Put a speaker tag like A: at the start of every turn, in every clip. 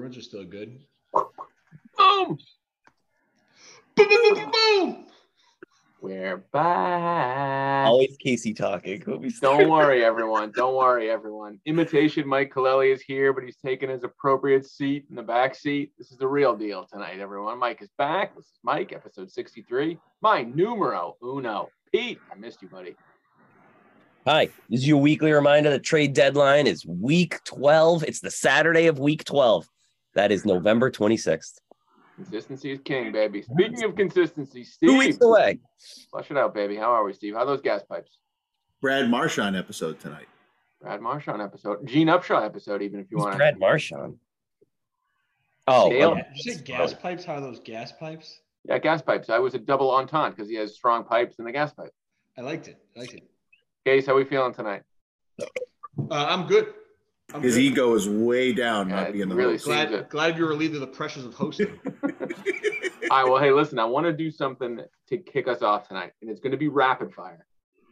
A: good.
B: Boom! Boom! Boom! Boom! boom.
C: We're back.
D: Always Casey talking. What we
C: Don't worry, everyone. Don't worry, everyone. Imitation Mike Kaleli is here, but he's taking his appropriate seat in the back seat. This is the real deal tonight, everyone. Mike is back. This is Mike, episode 63. My numero uno. Pete, I missed you, buddy.
D: Hi, this is your weekly reminder that trade deadline is week 12. It's the Saturday of week 12. That is November 26th.
C: Consistency is king, baby. Speaking of consistency,
D: Two weeks
C: Steve,
D: away.
C: flush it out, baby. How are we, Steve? How are those gas pipes?
B: Brad Marchand episode tonight.
C: Brad Marchand episode, Gene Upshaw episode, even if you
D: Who's
C: want
D: Brad Marchand? Oh,
C: Dale.
D: okay.
A: You said gas pipes? How are those gas pipes?
C: Yeah, gas pipes. I was a double entente because he has strong pipes and the gas pipe.
A: I liked it. I liked it.
C: Case, how we feeling tonight?
A: Uh, I'm good. I'm
B: His
A: good.
B: ego is way down,
C: Yeah,
B: not being the
C: really
B: host.
C: seems
A: Glad,
C: it.
A: glad you were relieved of the pressures of hosting.
C: All right. Well, hey, listen, I want to do something to kick us off tonight, and it's going to be rapid fire.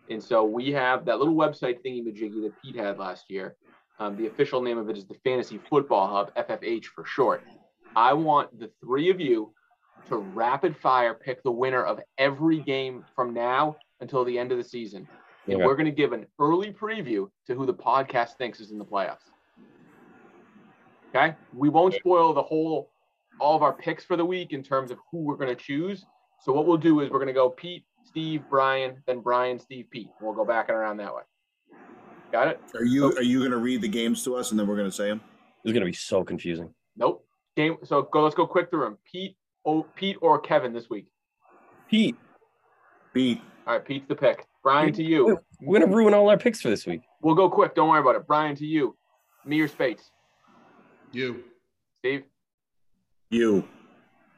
C: And so we have that little website thingy majiggy that Pete had last year. Um, the official name of it is the Fantasy Football Hub, FFH for short. I want the three of you to rapid fire pick the winner of every game from now until the end of the season. And
D: Okay.
C: we're going to give an early preview to who the podcast thinks is in the playoffs. Okay. We won't spoil the whole, all of our picks for the week in terms of who we're going to choose. So what we'll do is we're going to go Pete, Steve, Brian, then Brian, Steve, Pete. We'll go back and around that way. Got it?
B: Are you are you going to read the games to us and then we're going to say them?
D: This is going to be so confusing.
C: Nope. Game. So go. Let's go quick through them. Pete, oh, Pete or Kevin this week.
D: Pete,
B: Pete,
C: All right, Pete's the pick. Brian to you.
D: we're going to ruin all our picks for this week.
C: We'll go quick. Don't worry about it. Brian to you. Me or Spates.
A: you.
C: Steve.
B: you,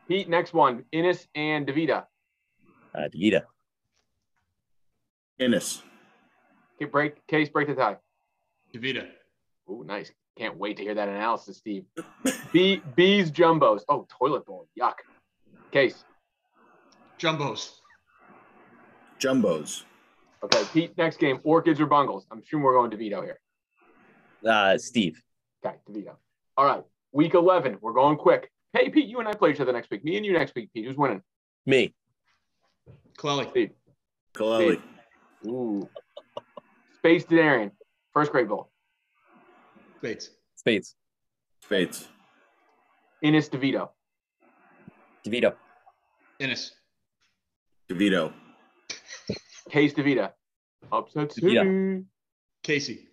C: Pete. Next one. Innes and Davida.
D: Uh, Dita.
B: Ennis,
C: Okay, break case. Break the tie.
A: Davida.
C: Ooh, nice. Can't wait to hear that analysis, Steve. B B's jumbos. Oh, toilet bowl. Yuck. Case.
A: Jumbos.
B: Jumbos,
C: Okay, Pete. Next game. Orchids or bungles. I'm sure we're going Devito here.
D: Uh, Steve.
C: Okay, DeVito. All right, week 11. We're going quick. Hey, Pete, you and I play each other next week. Me and you next week, Pete. Who's winning?
D: Me.
A: Clelly.
B: Kaleli,
C: Pete. Ooh. Space Denarian, first grade bowl.
A: Bates.
D: Spades.
B: Spates,
C: Innis DeVito.
D: DeVito.
A: Ennis.
B: DeVito,
C: Case DeVito. Upset City.
A: Casey.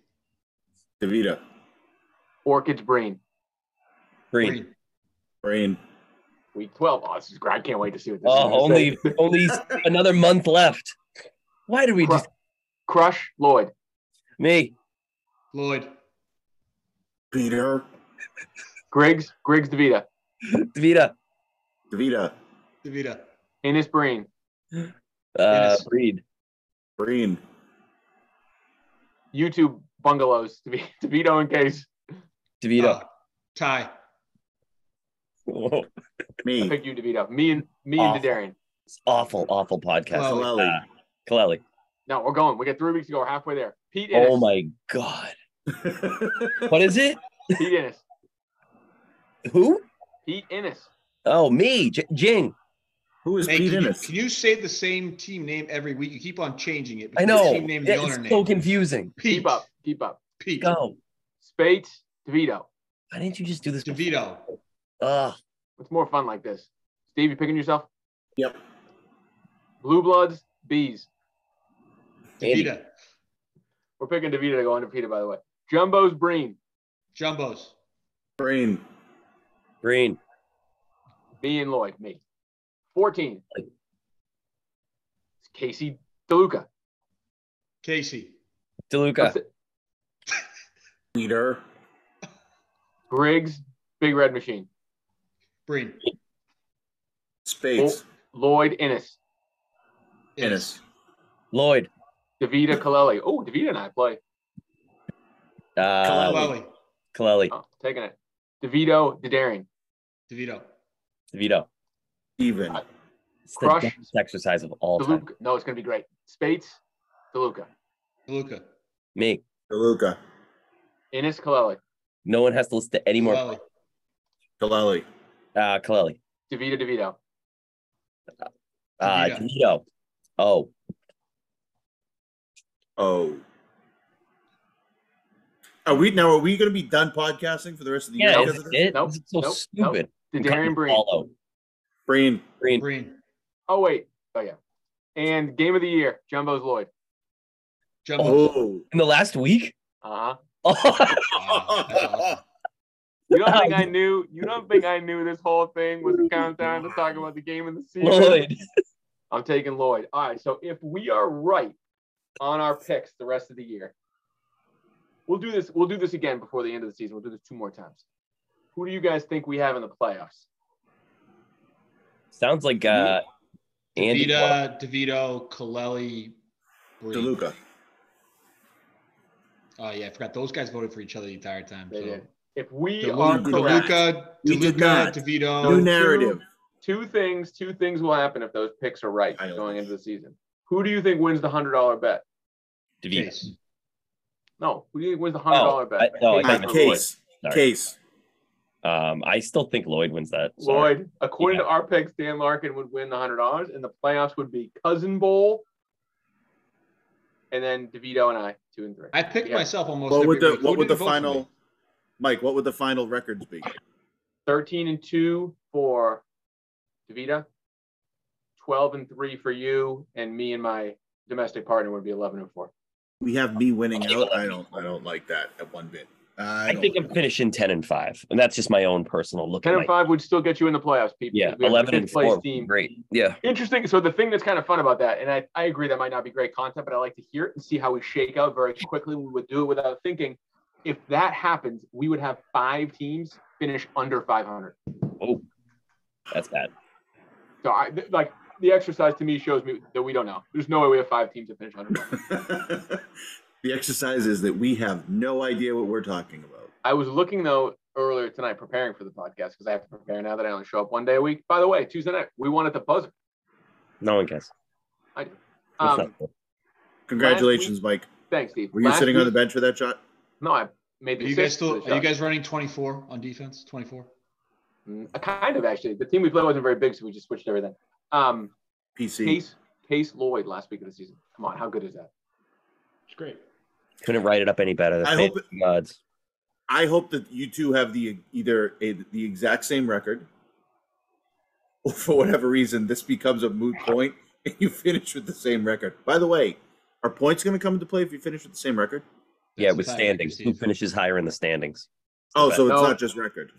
B: DeVito,
C: Orchids Brain.
D: Green.
A: Green.
B: Brain,
C: Week 12. Oh, this is great. I can't wait to see what this is.
D: Oh,
C: gonna
D: only
C: say.
D: only another month left. Why did we
C: Cru-
D: just
C: Crush Lloyd.
D: me?
A: Lloyd.
B: Peter,
C: Griggs. Griggs DeVito.
D: Davita.
B: DeVito,
A: Davida.
C: Innis Breen.
D: Uh,
A: Dennis.
D: Reed.
B: Green,
C: YouTube Bungalows. DeVito, DeVito and Case.
D: DeVito. Oh.
A: Uh, Ty.
D: Whoa.
C: I
B: me,
C: pick you, DeVito. Me and me and
D: Awful.
C: Dedarian.
D: It's awful, awful podcast.
A: Well-
B: Kaleli,
D: Kaleli.
C: No, we're going. We got three weeks to go. We're halfway there. Pete Innis.
D: Oh my god. What is it?
C: Pete Innis.
D: Who?
C: Pete Innis.
D: Oh, me. J- Jing.
B: Who is
A: Hey,
B: Pete
A: can, you,
B: Ennis?
A: can you say the same team name every week? You keep on changing it.
D: I
A: between
D: know.
A: The team name and the owner
D: It's
A: name.
D: so confusing.
A: Pete.
C: Keep up. Keep up.
A: Pete.
D: Go.
C: Spates, DeVito.
D: Why didn't you just do this? Ah, before?
A: DeVito.
D: Ugh.
C: It's more fun like this. Steve, you picking yourself?
B: Yep.
C: Blue Bloods, Bees.
D: Andy.
A: Davida.
C: We're picking DeVito to go undefeated, by the way. Jumbo's Breen.
A: Jumbos.
B: Brain,
D: Green.
C: Me and Lloyd. Me. 14. Casey DeLuca.
A: Casey.
D: DeLuca.
B: Peter,
C: Griggs, Big Red Machine.
A: Breen.
B: Spates,
C: Lloyd Innes.
B: Ennis,
D: Lloyd.
C: DeVita Kaleli. Oh, DeVita and I play.
D: Uh,
B: Kaleli.
A: Lally.
D: Kaleli.
C: Oh, taking it. DeVito, Dedarian.
A: DeVito.
D: DeVito.
B: Even,
D: It's the
C: Crush.
D: best exercise of all time.
C: DeLuca. No, it's going to be great. Spates, DeLuca.
A: Luca.
D: Me.
B: DeLuca,
C: Innes Kaleli.
D: No one has to listen to any more.
A: Lally.
B: Delali.
D: Uh, Kaleli.
C: DeVito, DeVito.
D: Uh,
A: DeVito.
D: DeVito. Oh,
B: Oh. Are we now? Are we going to be done podcasting for the rest of the
D: yeah,
B: year?
D: is
B: because of
D: it?
B: this?
C: Nope,
D: This is so
C: nope, nope.
D: stupid.
C: The
D: I'm cutting
C: Darian Breen.
D: all out.
B: Brain.
D: Green.
A: Green,
C: Oh wait. Oh yeah. And game of the year, Jumbo's Lloyd.
A: Jumbo.
B: Oh.
D: in the last week.
C: Uh-huh.
D: Oh,
A: Wow, that's awesome.
C: You don't think I knew you don't think I knew this whole thing was a countdown to talk about the game of the season.
D: Lloyd.
C: I'm taking Lloyd. All right. So if we are right on our picks the rest of the year, we'll do this. We'll do this again before the end of the season. We'll do this two more times. Who do you guys think we have in the playoffs?
D: Sounds like uh,
C: Mm-hmm.
D: Andy.
A: DeVita, DeVito, Kaleli, Breen.
B: DeLuca.
A: Oh yeah, I forgot those guys voted for each other the entire time.
C: They
A: So
C: did. If we
A: DeLu-
C: are
B: DeLuca.
C: correct,
A: DeLuca,
B: We did
A: DeLuca,
B: not. New
A: DeVito.
B: narrative.
C: two things, two things will happen if those picks are right
B: I know
C: going
B: this.
C: into the season. Who do you think wins the hundred dollar bet?
D: DeVito.
A: Case.
C: No, who do you think wins the hundred dollar
D: Oh, I-
C: bet?
D: no, I
B: Uh,
D: got
C: Lloyd.
D: it.
B: case.
D: Sorry.
B: Case.
D: Um, I still think Lloyd wins that. Sorry.
C: Lloyd, according to our picks, Dan Larkin would win the hundred dollars, and the playoffs would be Cousin Bowl, and then DeVito and I, two and three.
A: I picked
C: Yeah.
A: myself almost.
B: What
A: every
B: would the
A: week. Who
B: What would
A: did
B: the
A: vote for me?
B: final? Mike, what would the final records be?
C: Thirteen and two for DeVito, twelve and three for you, and me and my domestic partner would be eleven and four.
B: We have me winning out. I don't. I don't like that at one bit. I,
D: I
B: don't
D: think
B: like
D: I'm
B: that.
D: finishing ten and five, and that's just my own personal look.
C: Ten
D: at
C: and
D: my-
C: five would still get you in the playoffs, people.
D: Yeah,
C: We have a
D: eleven and
C: fifth place
D: four.
C: Team.
D: Great. Yeah.
C: Interesting. So the thing that's kind of fun about that, and I, I agree that might not be great content, but I like to hear it and see how we shake out very quickly. We would do it without thinking. If that happens, we would have five teams finish under 500.
D: Oh, that's bad.
C: So I th- like the exercise to me shows me that we don't know. There's no way we have five teams that finish under. 500.
B: the exercise is that we have no idea what we're talking about.
C: I was looking though earlier tonight preparing for the podcast because I have to prepare now that I only show up one day a week. By the way, Tuesday night we won at the buzzer.
D: No one cares. That's
C: Um,
D: not cool.
B: Congratulations, Mike.
C: thanks, Steve.
B: Were you
C: Last
B: sitting on the
C: week-
B: bench for that shot?
C: No, I made
A: Are
C: the
A: you guys
C: assist for
A: still?
C: the
A: Are you
C: shot.
A: guys running 24 on defense? 24.
C: Mm, Kind of actually. The team we played wasn't very big, so we just switched everything. Um,
B: PC.
C: Case Case Lloyd last week of the season. Come on, how good is that?
A: It's great.
D: Couldn't write it up any better. The
B: I hope
D: fan odds.
B: I hope that you two have the either a, the exact same record, or for whatever reason this becomes a moot point and you finish with the same record. By the way, are points going to come into play if you finish with the same record?
D: Yeah,
A: That's
D: with
A: the time I
D: standings.
A: see
D: Who
A: it.
D: finishes higher in the standings?
B: Oh, so it's
C: No.
B: not just record.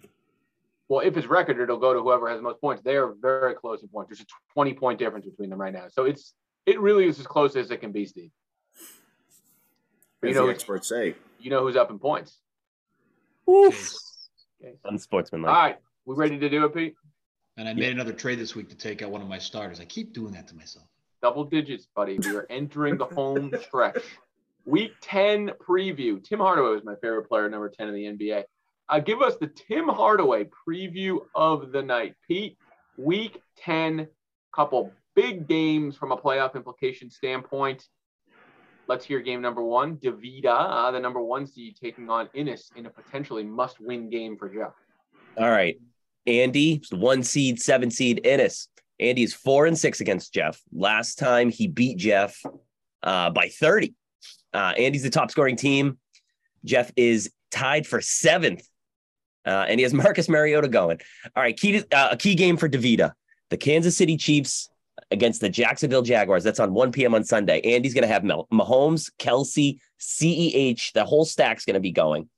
C: Well, if it's record, it'll go to whoever has the most points. They are very close in points. There's a 20 point difference between them right now. So it's it really is as close as it can be, Steve. But
B: As
C: you
B: the
C: know,
B: experts say.
C: you know who's up in points.
D: Oof.
C: Okay. All
D: Unsportsmanlike.
C: right, we ready to do it, Pete?
A: And I made another trade this week to take out one of my starters. I keep doing that to myself.
C: Double digits, buddy. We are entering the home stretch. Week 10 preview. Tim Hardaway was my favorite player, number 10 in the NBA. Uh, give us the Tim Hardaway preview of the night. Pete, week 10, couple big games from a playoff implication standpoint. Let's hear game number one. Davida, uh, the number one seed, taking on Innis in a potentially must win game for Jeff.
D: All right. Andy, one seed, seven seed, Ennis. Andy is four and six against Jeff. Last time he beat Jeff uh, by 30. Uh, Andy's the top scoring team. Jeff is tied for seventh. Uh, and he has Marcus Mariota going. All right. Key to, uh, a key game for DeVita. The Kansas City Chiefs against the Jacksonville Jaguars. That's on 1 p.m. on Sunday. Andy's going to have Mel- Mahomes, Kelsey, CEH. The whole stack's going to be going.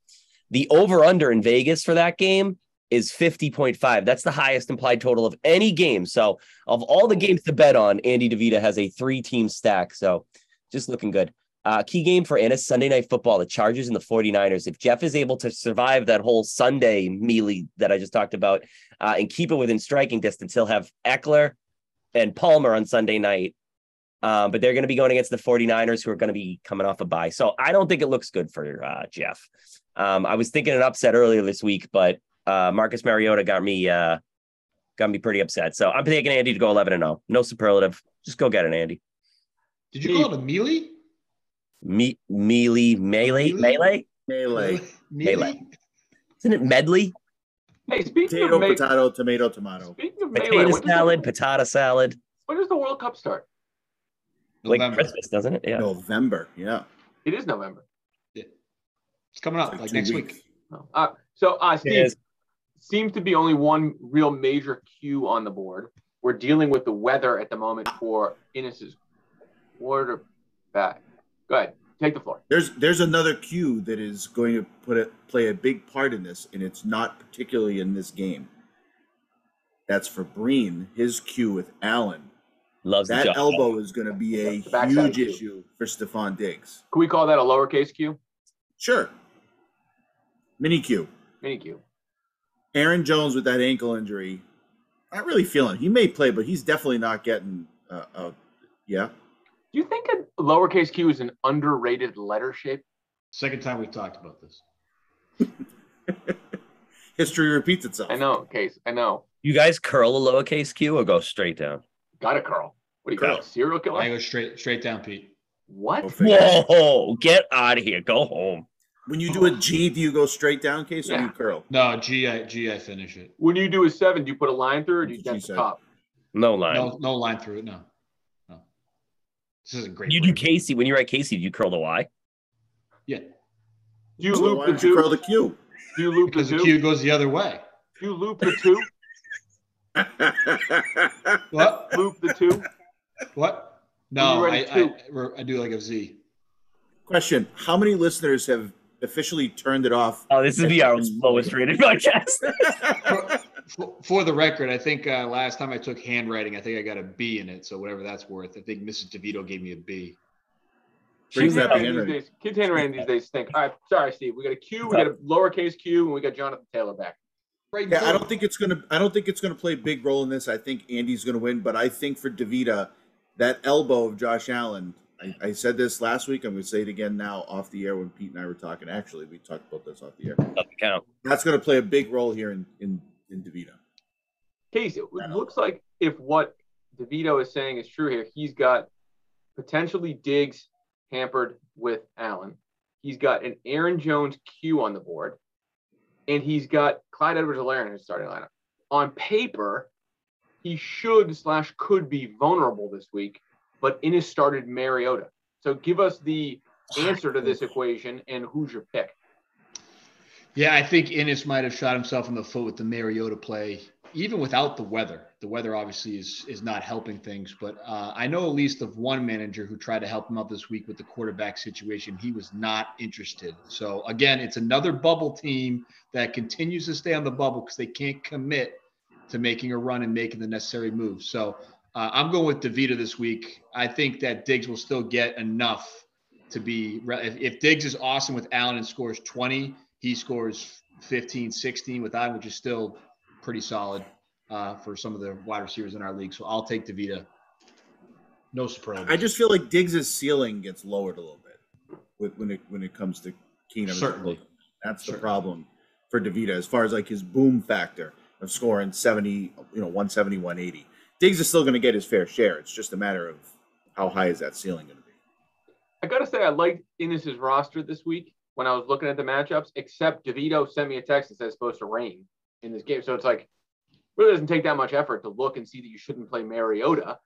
D: The over under in Vegas for that game is 50.5. That's the highest implied total of any game. So, of all the games to bet on, Andy DeVita has a three team stack. So, just looking good. Uh, key game for Anna Sunday night football, the Chargers and the 49ers. If Jeff is able to survive that whole Sunday mealy that I just talked about uh, and keep it within striking distance, he'll have Eckler and Palmer on Sunday night. Um, but they're going to be going against the 49ers who are going to be coming off a bye. So I don't think it looks good for uh, Jeff. Um, I was thinking an upset earlier this week, but uh, Marcus Mariota got me uh, got me pretty upset. So I'm taking Andy to go 11 and 0. No superlative. Just go get it, Andy.
A: Did you call it a mealy?
D: Me- melee, melee,
A: Mealy?
D: melee.
B: Melee.
A: Mealy?
D: Isn't it medley?
C: Hey, speaking
B: Potato,
C: of May,
B: potato, tomato, tomato.
C: speaking of Melee,
D: Potato
C: when does the-
D: salad, potato salad,
C: when does the World Cup start?
D: like
A: November.
D: Christmas, doesn't it? Yeah.
B: November. Yeah.
C: It is November.
A: It's coming up
B: It's
A: like
B: two
A: next
B: weeks.
A: week.
C: Oh. Uh, so, uh,
D: It
C: Steve,
D: is.
C: seems to be only one real major cue on the board. We're dealing with the weather at the moment for Innes's quarterback. Go ahead, take the floor.
B: There's there's another cue that is going to put a, play a big part in this, and it's not particularly in this game. That's for Breen. His cue with Allen.
D: Loves the
B: That
D: job.
B: elbow is going to be a
C: The backside
B: huge
C: cue.
B: issue for Stefan Diggs.
C: Can we call that a lowercase cue?
B: Sure. Mini cue.
C: Mini cue.
B: Aaron Jones with that ankle injury. Not really feeling. He may play, but he's definitely not getting. Uh, uh, yeah.
C: Do you think a lowercase q is an underrated letter shape?
A: Second time we've talked about this.
B: History repeats itself.
C: I know, case. I know.
D: You guys curl a lowercase q or go straight down?
C: Got a curl. What do you call
B: Curl.
C: it? Serial
A: I
C: killer?
A: go straight straight down, Pete.
B: Go
C: What?
B: figure.
D: Whoa! Get out of here. Go home.
B: When you do a G, do you go straight down, case, or do
C: Yeah.
B: you curl?
A: No, G I G I finish it.
C: When you do a seven, do you put a line through or do you
B: That's what
C: dent
B: she
C: the
B: said.
C: top?
D: No line.
A: No, no line through it. No, no. This isn't great.
D: You do Casey when you're at Casey. Do you curl the Y?
A: yeah,
C: Do you
B: So why
C: loop the
B: don't you curl
C: two?
B: the Q?
C: Do you loop the
A: because
C: two?
A: the
C: Do
A: cue goes the other way.
C: you loop the two?
A: What?
C: Loop the two?
A: What?
C: You
A: No,
C: were
A: I,
C: at
A: I I do like a Z.
B: Question: How many listeners have officially turned it off?
D: Oh, this would be our lowest rated podcast.
A: For, for the record, I think uh, last time I took handwriting, I think I got a B in it. So whatever that's worth, I think Mrs. DeVito gave me a B.
B: Pretty
C: Kids
B: crappy
C: handwriting
B: handwriting.
C: these days- Kids handwriting these days stink. All right, sorry, Steve. We got a Q, we got a lowercase Q, and we got Jonathan Taylor back.
A: Right.
B: Yeah, I don't think it's gonna. I don't think it's gonna play a big role in this. I think Andy's gonna win, but I think for Davita, that elbow of Josh Allen. I, I said this last week. I'm gonna say it again now off the air when Pete and I were talking. Actually, we talked about this off the air.
D: Doesn't count.
B: That's gonna play a big role here in in in Davita.
C: Case, it
B: I know.
C: looks like if what DeVito is saying is true here, he's got potentially Diggs hampered with Allen. He's got an Aaron Jones Q on the board, and he's got Clyde Edwards Alaire in his starting lineup. On paper, he should slash could be vulnerable this week, but Innes started Mariota. So give us the answer to this equation and who's your pick.
A: Yeah, I think Innes might have shot himself in the foot with the Mariota play, even without the weather. The weather obviously is is not helping things, but uh, I know at least of one manager who tried to help him out this week with the quarterback situation. He was not interested. So again, it's another bubble team that continues to stay on the bubble because they can't commit to making a run and making the necessary moves. So uh, I'm going with Devita this week. I think that Diggs will still get enough to be re- if, if Diggs is awesome with Allen and scores 20, he scores 15, 16 with I, which is still pretty solid uh, for some of the wide receivers in our league. So I'll take Devita. No surprise.
B: I just feel like Diggs' ceiling gets lowered a little bit with, when it when it comes to Keenum.
A: Certainly.
B: that's the
A: Certainly.
B: problem for Davita as far as like his boom factor of scoring seventy, you know, 170, 180. Diggs is still going to get his fair share. It's just a matter of how high is that ceiling going to be.
C: I gotta say, I liked Innes's roster this week when I was looking at the matchups, except DeVito sent me a text that says it's supposed to rain in this game. So it's like, really doesn't take that much effort to look and see that you shouldn't play Mariota.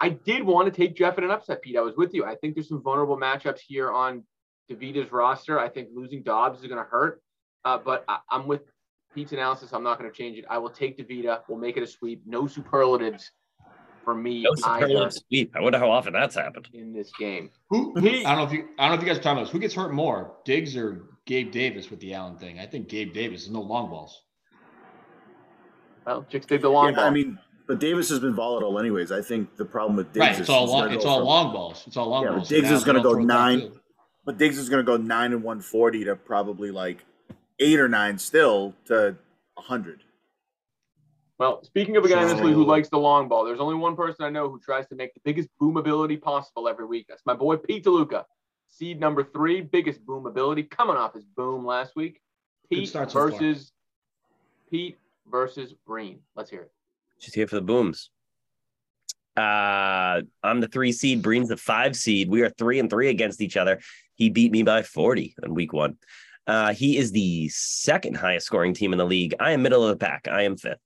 C: I did want to take Jeff in an upset, Pete. I was with you. I think there's some vulnerable matchups here on DeVito's roster. I think losing Dobbs is going to hurt, uh, but I, I'm with Pete's analysis. I'm not going to change it. I will take DeVito. We'll make it a sweep. No superlatives for me
D: No
C: either
D: superlative sweep. I wonder how often that's happened.
C: in this game.
A: who
C: He-
A: I don't know if you I don't know if you guys are talking about this. Who gets hurt more, Diggs or Gabe Davis with the Allen thing? I think Gabe Davis is no long balls.
C: Well, chicks dig the long
B: Yeah,
C: ball.
B: I mean, but Davis has been volatile anyways. I think the problem with Diggs
A: right,
B: is
A: it's all
B: he's
A: long.
B: gonna
A: It's
B: go
A: all
B: from-
A: long balls. It's all long
B: Yeah, but
A: balls.
B: Diggs
A: Now
B: is gonna
A: they'll
B: go
A: throw it
B: nine.
A: downfield.
B: But Diggs is going to go nine and one forty to probably like eight or nine still to hundred.
C: Well, speaking of a guy in this league who
A: So-
C: likes the long ball, there's only one person I know who tries to make the biggest boom ability possible every week. That's my boy Pete DeLuca. Seed number three, biggest boom ability, coming off his boom last week.
A: Good
C: Pete
A: start so far.
C: versus Pete versus Breen. Let's hear it.
D: She's here for the booms. Uh, I'm the three seed. Breen's the five seed. We are three and three against each other. He beat me by 40 on week one. Uh, he is the second highest scoring team in the league. I am middle of the pack. I am fifth.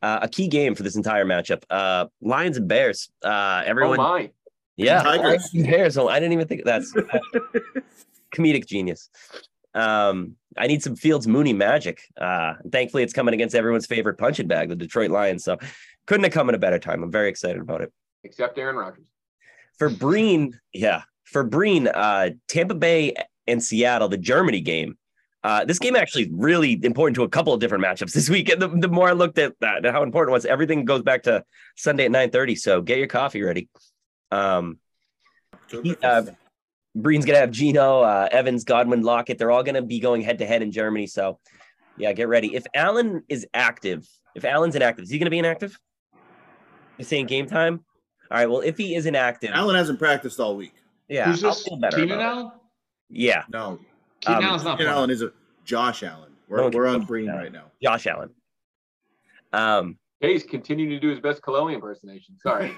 D: Uh, a key game for this entire matchup. Uh, Lions and Bears. Uh, everyone.
C: Oh my.
D: yeah.
B: Tigers.
D: Lions and Bears. Oh, I didn't even think that's uh, comedic genius. Um, I need some Fields Mooney magic. Uh, thankfully, it's coming against everyone's favorite punching bag, the Detroit Lions. So couldn't have come at a better time. I'm very excited about it.
C: Except Aaron Rodgers.
D: For Breen, yeah, for Breen, uh, Tampa Bay and Seattle, the Germany game. Uh, this game actually is really important to a couple of different matchups this week. And the, the more I looked at that and how important it was, everything goes back to Sunday at 9:30. So get your coffee ready. Um, he- uh, Breen's gonna have Gino, uh, Evans, Godwin, Lockett. They're all gonna be going head to head in Germany. So yeah, get ready. If Allen is active, if Allen's inactive, is he gonna be inactive? You saying game time? All right. Well, if he is inactive,
B: Allen hasn't practiced all week.
D: yeah,
A: Who's
D: I'll
A: this?
D: feel better.
A: Keenan
D: about it.
A: Allen?
B: Um,
D: Yeah,
B: No,
A: Keenan
D: Um,
A: Allen's not
B: Keenan
A: playing.
B: Allen is a Josh Allen. We're,
D: No,
B: we're on
D: Josh
B: green
D: Allen.
B: right now.
D: Josh Allen. Um,
C: Hayes continuing to do his best Coloni impersonation. Sorry.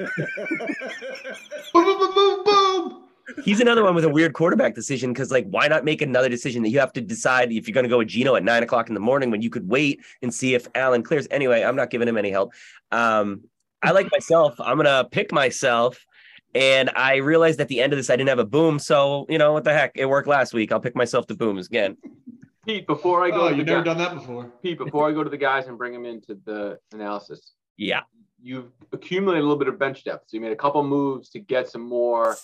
A: Boom, boom, boom, boom, boom.
D: he's another one with a weird quarterback decision because like why not make another decision that you have to decide if you're going to go with Gino at nine o'clock in the morning when you could wait and see if Allen clears. Anyway, I'm not giving him any help. Um, I like myself. I'm gonna pick myself, and I realized at the end of this I didn't have a boom. So you know what the heck, it worked last week. I'll pick myself the booms again.
C: Pete, before I go
A: Oh,
C: to the
A: you've never
C: guy-
A: done that before.
C: Pete, before I go to the guys and bring them into the analysis,
D: Yeah,
C: you've accumulated a little bit of bench depth. So you made a couple moves to get some more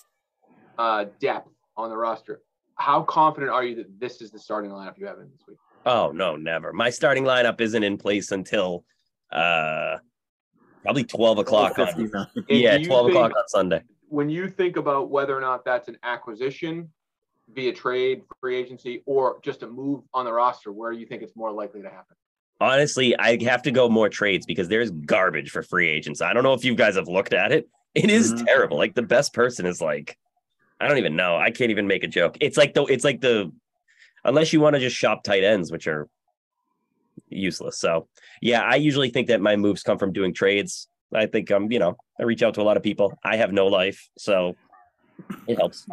C: uh, depth on the roster. How confident are you that this is the starting lineup you have in this week?
D: Oh no, never. My starting lineup isn't in place until uh probably twelve o'clock on
B: 59.
C: And
D: yeah,
C: do you
D: twelve o'clock
C: think-
D: on Sunday.
C: When you think about whether or not that's an acquisition via trade, free agency, or just a move on the roster, where do you think it's more likely to happen?
D: Honestly, I have to go more trades because there's garbage for free agents. I don't know if you guys have looked at it. It is
B: Mhm.
D: terrible. Like the best person is like, I don't even know. I can't even make a joke. It's like the it's like the unless you want to just shop tight ends, which are useless. So yeah, I usually think that my moves come from doing trades. I think I'm, you know, I reach out to a lot of people. I have no life, so it helps.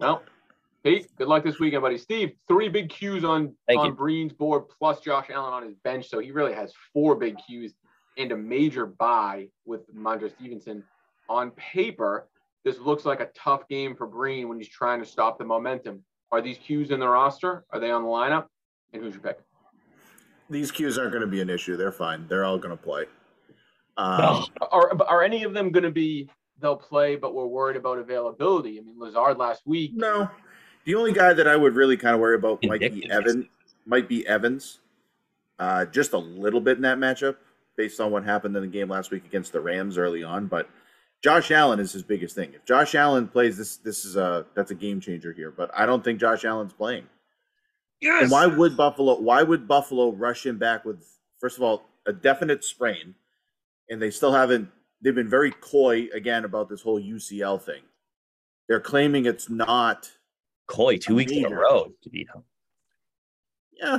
C: No. Pete, good luck this weekend, buddy. Steve, three big cues on
D: Thank
C: on
D: you.
C: Breen's board plus Josh Allen on his bench, so he really has four big cues and a major buy with Mondre Stevenson. On paper, this looks like a tough game for Breen when he's trying to stop the momentum. Are these cues in the roster? Are they on the lineup? And who's your pick?
B: These cues aren't going to be an issue. They're fine. They're all going to play. Um,
C: Are are any of them going to be they'll play, but we're worried about availability? I mean, Lazard last week.
B: no, the only guy that I would really kind of worry about might be
D: Indicative.
B: Evan. Might be Evans. Uh, just a little bit in that matchup, based on what happened in the game last week against the Rams early on. But Josh Allen is his biggest thing. If Josh Allen plays, this this is a that's a game changer here. But I don't think Josh Allen's playing.
D: Yes.
B: And why would Buffalo? Why would Buffalo rush him back with first of all a definite sprain, and they still haven't. They've been very coy again about this whole UCL thing. They're claiming it's not.
D: Coy two weeks in a
B: Major.
D: row. You know.
B: Yeah,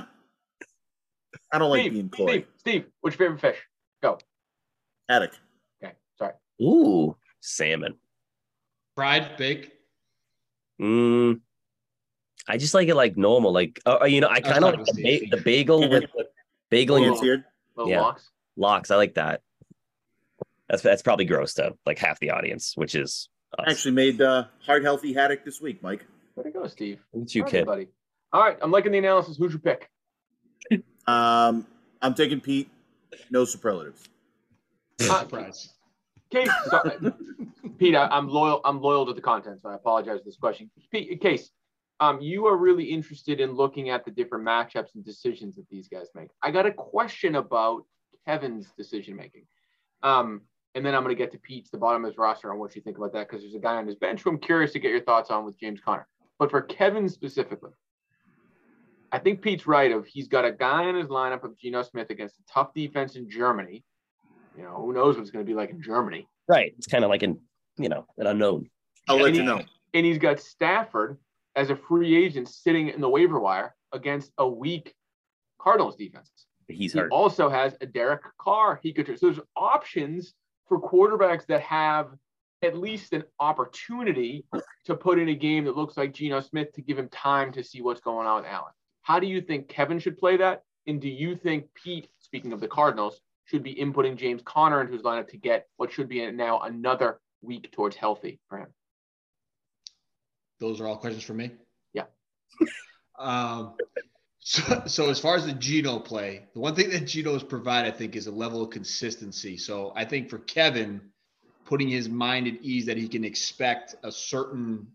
B: I don't like being
C: Steve,
B: coy.
C: Steve, Steve, what's your favorite fish?
B: Attic.
C: Okay, sorry.
D: Ooh, salmon.
A: Fried, bake.
D: Mm, I just like it like normal. Like uh, you know, I
A: That's
D: kind
A: not
D: of like
A: gonna
D: the,
A: be
D: ba- the bagel with the bagel and
B: Lance Beard.
C: Little
D: Yeah.
C: locks.
D: locks. I like that. That's that's probably gross to like half the audience, which is us.
B: actually made uh, heart healthy Haddock this week, Mike.
C: Where'd it go, Steve?
D: Look at
C: All
D: you
C: right,
D: kid.
C: buddy. All right, I'm liking the analysis. Who's your pick?
B: Um, I'm taking Pete. No superlatives.
C: Uh,
A: Surprise.
C: Case, sorry. Pete, I, I'm loyal. I'm loyal to the content, so I apologize for this question. Pete, Case, um, you are really interested in looking at the different matchups and decisions that these guys make. I got a question about Kevin's decision making, um, and then I'm going to get to Pete's the bottom of his roster on what you think about that because there's a guy on his bench who I'm curious to get your thoughts on with James Conner. But for Kevin specifically, I think Pete's right. Of he's got a guy in his lineup of Geno Smith against a tough defense in Germany. You know who knows what it's going to be like in Germany.
D: Right. It's kind of like an you know an unknown.
B: I'll let
C: Yeah.
B: you know.
C: and he's got Stafford as a free agent sitting in the waiver wire against a weak Cardinals defense.
D: He's
C: He
D: hurt.
C: also has a Derek Carr. He could so there's options for quarterbacks that have at least an opportunity to put in a game that looks like Geno Smith to give him time to see what's going on with Allen. How do you think Kevin should play that? And do you think Pete, speaking of the Cardinals, should be inputting James Conner into his lineup to get what should be now another week towards healthy for him?
A: Those are all questions for me.
C: Yeah.
A: um, so, so as far as the Geno play, the one thing that Geno has provided, I think, is a level of consistency. So I think for Kevin, putting his mind at ease that he can expect a certain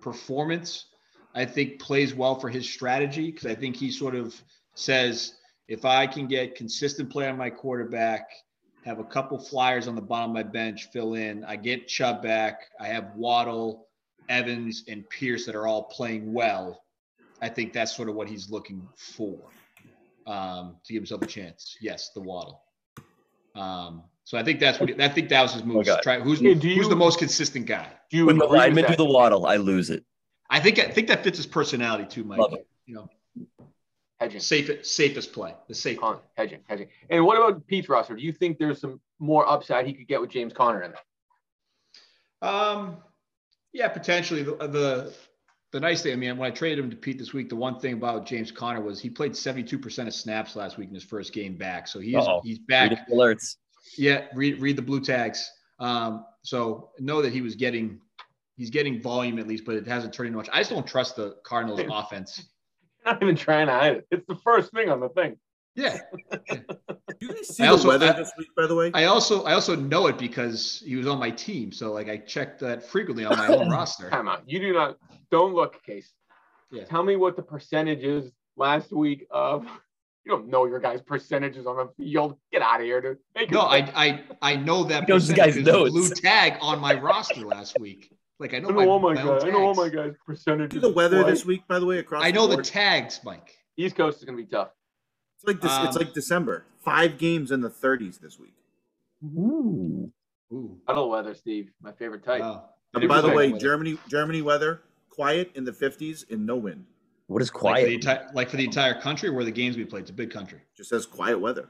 A: performance, I think plays well for his strategy because I think he sort of says, if I can get consistent play on my quarterback, have a couple flyers on the bottom of my bench fill in, I get Chubb back, I have Waddle, Evans, and Pierce that are all playing well. I think that's sort of what he's looking for um, to give himself a chance. Yes, the Waddle. Um, so I think that's what I think that was his move.
D: Okay.
A: Try, who's
C: Yeah, do
A: who's
C: you-
A: the most consistent guy?
C: Do you
D: When the
C: agree with
D: linemen
C: that?
D: do the waddle, I lose it.
A: I think I think that fits his personality too, Mike.
D: Love it.
A: You know,
C: hedging?
A: safe safest play, the safe.
C: Con- hedging, hedging. And what about Pete's roster? Do you think there's some more upside he could get with James Conner in there?
A: Um, yeah, potentially the, the the nice thing. I mean, when I traded him to Pete this week, the one thing about James Conner was he played seventy two percent of snaps last week in his first game back. So he's
D: Uh-oh.
A: he's
D: Read
A: back.
D: the alerts.
A: Yeah, read read the blue tags. Um, so know that he was getting he's getting volume at least, but it hasn't turned into much. I just don't trust the Cardinals offense.
C: Not even trying to hide it. It's the first thing on the thing.
A: Yeah,
B: Do you guys see
A: I
B: the
A: also-
B: weather
A: I-
B: this week? By the way,
A: I also I also know it because he was on my team. So like I checked that frequently on my own roster.
C: Time out. You do not. Don't look, Case.
A: Yeah.
C: Tell me what the percentage is last week of. You don't know your guys' percentages on the field. Get out of here, dude. Make it
A: No, I I I know that
D: He knows this guy's
A: percentage 'cause the
D: notes.
A: blue tag on my roster last week. Like I know
C: I know
A: my,
C: all my
A: my own
C: guys. I know all
A: tags.
C: my guys' percentages.
B: see the weather
C: Why-
B: this week. By the way, across
A: I know
B: the
A: the
B: board.
A: tags, Mike.
C: East Coast is gonna be tough.
B: it's like this, it's
A: um,
B: like December. Five games in the 30s this week.
D: Ooh.
A: Ooh.
C: Battle weather, Steve. My favorite type.
A: wow.
B: And
A: It
B: by
A: was
B: the
A: like
B: way,
A: weather.
B: Germany Germany weather quiet in the 50s and no wind.
D: What is
A: Like for, the
D: quiet?
A: enti- like for the entire country where the games we played, it's a big country.
B: Just says quiet weather.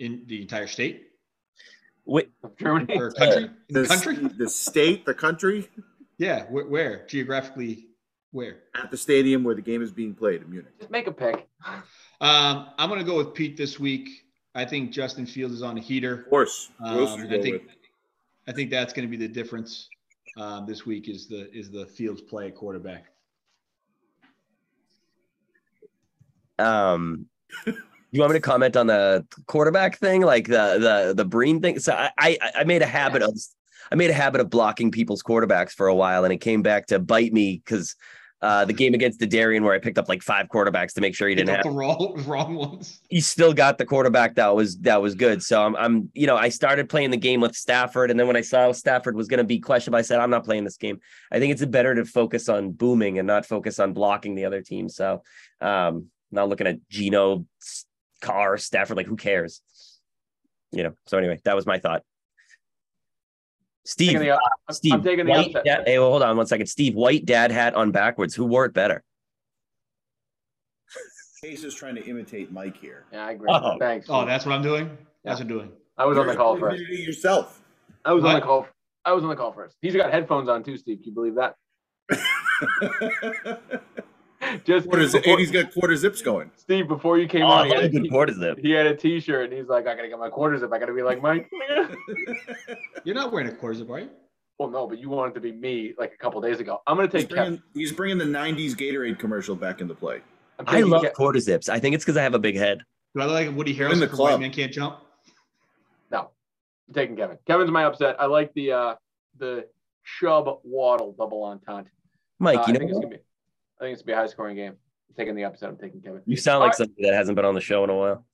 A: In the entire state
D: Wait,
C: Of Germany.
A: or country? In the
B: The,
A: country?
B: the state, the country,
A: Yeah. Where, where? Geographically where?
B: at the stadium where the game is being played in Munich.
C: Just make a pick.
A: Um, I'm gonna go with Pete this week. I think Justin Fields is on a heater.
B: Of course.
A: Um, I think I think that's going to be the difference um, this week is the is the Fields play at quarterback.
D: um, you want me to comment on the quarterback thing, like the the the Breen thing? So I I, I made a habit of I made a habit of blocking people's quarterbacks for a while, and it came back to bite me because uh, the game against the Darien where I picked up like five quarterbacks to make sure he
A: Pick
D: didn't
A: up
D: have
A: the wrong wrong ones.
D: he still got the quarterback that was that was good. So I'm I'm you know I started playing the game with Stafford, and then when I saw Stafford was going to be questionable, I said I'm not playing this game. I think it's better to focus on booming and not focus on blocking the other team. So um, not looking at Gino, S- Carr, Stafford, like who cares? You know. So anyway, that was my thought. Steve,
C: Taking the- I'm-
D: Steve,
C: I'm taking the
D: White
C: upset.
D: Dad- hey, well, hold on one second. Steve, white dad hat on backwards. Who wore it better?
B: Case is trying to imitate Mike here.
C: Yeah, I agree.
D: Oh.
C: Thanks.
A: Oh, that's what I'm doing. That's what I'm doing.
C: I was on the
B: You're
C: call
B: imitating
C: first.
B: Yourself.
C: I was on the
A: What?
C: call. I was on the call first. He's got headphones on too, Steve. Can you believe that? Just
B: quarters,
C: before-
B: and he's got quarter zips going.
C: Steve, before you came
D: Oh,
C: on,
D: I
C: he
D: love
C: had,
D: a
C: a,
D: good
C: he,
D: quarter zip.
C: he had a T-shirt, and he's like, "I gotta get my quarters up. I gotta be like Mike."
A: You're not wearing a quarter zip, are you?
C: well, no, but you wanted to be me like a couple days ago. I'm gonna
B: He's
C: take. Kev-
B: bringing, he's bringing the 90s Gatorade commercial back into play.
C: I'm
D: I
C: taking
D: love
C: Kev-
D: quarter zips. I think it's because I have a big head.
A: Do I look like Woody
B: in
A: Harrelson
B: the
A: from White
B: club.
A: Man Can't Jump?
C: no, I'm taking Kevin. Kevin's my upset. I like the uh the Chubb Waddle double entente. Uh,
D: Mike, you
C: I think
D: know
C: it's gonna be. I think it's gonna be a high scoring game. I'm taking the upset. I'm taking Kevin.
D: You sound like
C: Alright.
D: somebody that hasn't been on the show in a while.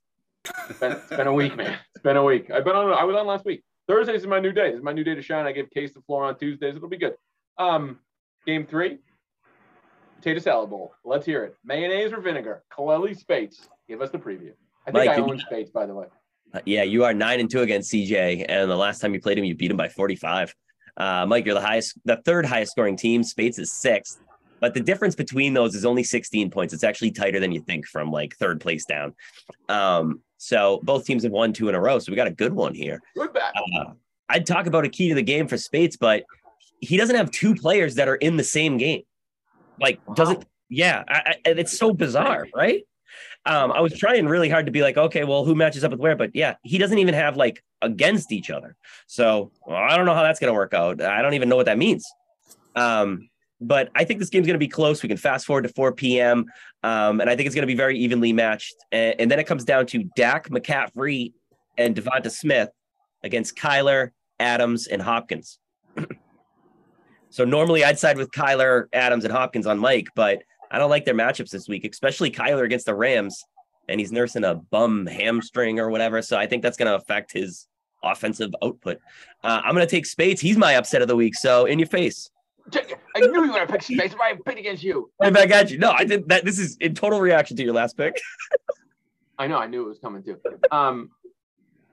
C: It's been, it's been a week, man. It's been a week. I've been on. I was on last week. Thursdays is my new day. This is my new day to shine. I give Case the floor on Tuesdays. It'll be good. Um, game three, potato salad bowl. Let's hear it. Mayonnaise or vinegar? Kaleli Spates. Give us the preview. I think
D: Mike,
C: I
D: did
C: own Spates, by the way.
D: Uh, Yeah, you are nine and two against CJ, and the last time you played him, you beat him by forty-five. Uh, Mike, you're the highest, the third highest scoring team. Spates is sixth, but the difference between those is only sixteen points. It's actually tighter than you think from like third place down. Um, so both teams have won two in a row, so we got a good one here.
C: Good bat.
D: Uh, I'd talk about a key to the game for Spates, but he doesn't have two players that are in the same game. Like,
C: Wow.
D: doesn't, yeah, I, I, and it's so bizarre, right? Um, I was trying really hard to be like, okay, well, who matches up with where? But yeah, he doesn't even have like against each other. So well, I don't know how that's going to work out. I don't even know what that means. Um, but I think this game's going to be close. We can fast forward to 4 p.m. Um, and I think it's going to be very evenly matched. And, and then it comes down to Dak McCaffrey and Devonta Smith against Kyler, Adams, and Hopkins. so normally I'd side with Kyler, Adams, and Hopkins on Mike, but I don't like their matchups this week, especially Kyler against the Rams. And he's nursing a bum hamstring or whatever. So I think that's going to affect his offensive output. Uh, I'm going to take Spades. He's my upset of the week. So in your face.
C: I knew you were gonna pick space. Why I picked against you?
D: Right back at you. No, I did that. This is in total reaction to your last pick.
C: I know. I knew it was coming too. Um,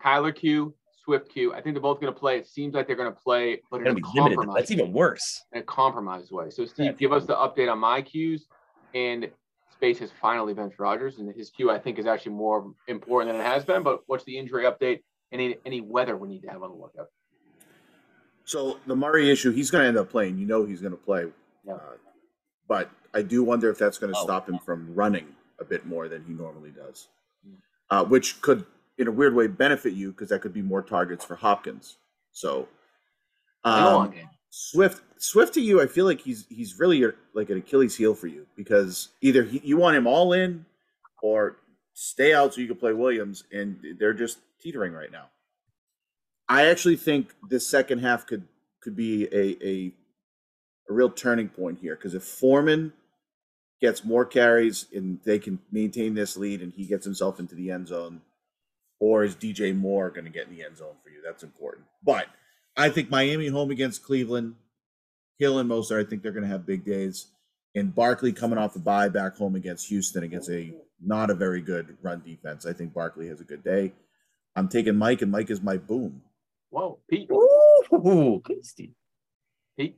C: Kyler Q, Swift Q. I think they're both gonna play. It seems like they're gonna play, but in
D: Gotta
C: a
D: be limited.
C: compromise.
D: That's even worse.
C: in a compromised way. So
D: Yeah.
C: Steve, give us the update on my cues and space has finally benched Rogers and his cue I think is actually more important than it has been. But what's the injury update? Any any weather we need to have on the lookout?
B: So the Murray issue, he's going to end up playing. You know he's going to play.
C: Yeah.
B: Uh, but I do wonder if that's going to
D: Oh.
B: stop him from running a bit more than he normally does,
C: Mm.
B: uh, which could, in a weird way, benefit you because that could be more targets for Hopkins. So
C: In the
B: um,
C: long game.
B: Swift, Swift to you, I feel like he's he's really your, like an Achilles heel for you because either he, you want him all in or stay out so you can play Williams, and they're just teetering right now. I actually think this second half could could be a a, a real turning point here because if Foreman gets more carries and they can maintain this lead and he gets himself into the end zone, or is DJ Moore going to get in the end zone for you? That's important. But I think Miami home against Cleveland, Hill and Mostert, I think they're going to have big days. And Barkley coming off the bye back home against Houston against a not a very good run defense. I think Barkley has a good day. I'm taking Mike, and Mike is my boom.
C: Whoa, Pete.
D: Ooh, good Steve.
C: Pete.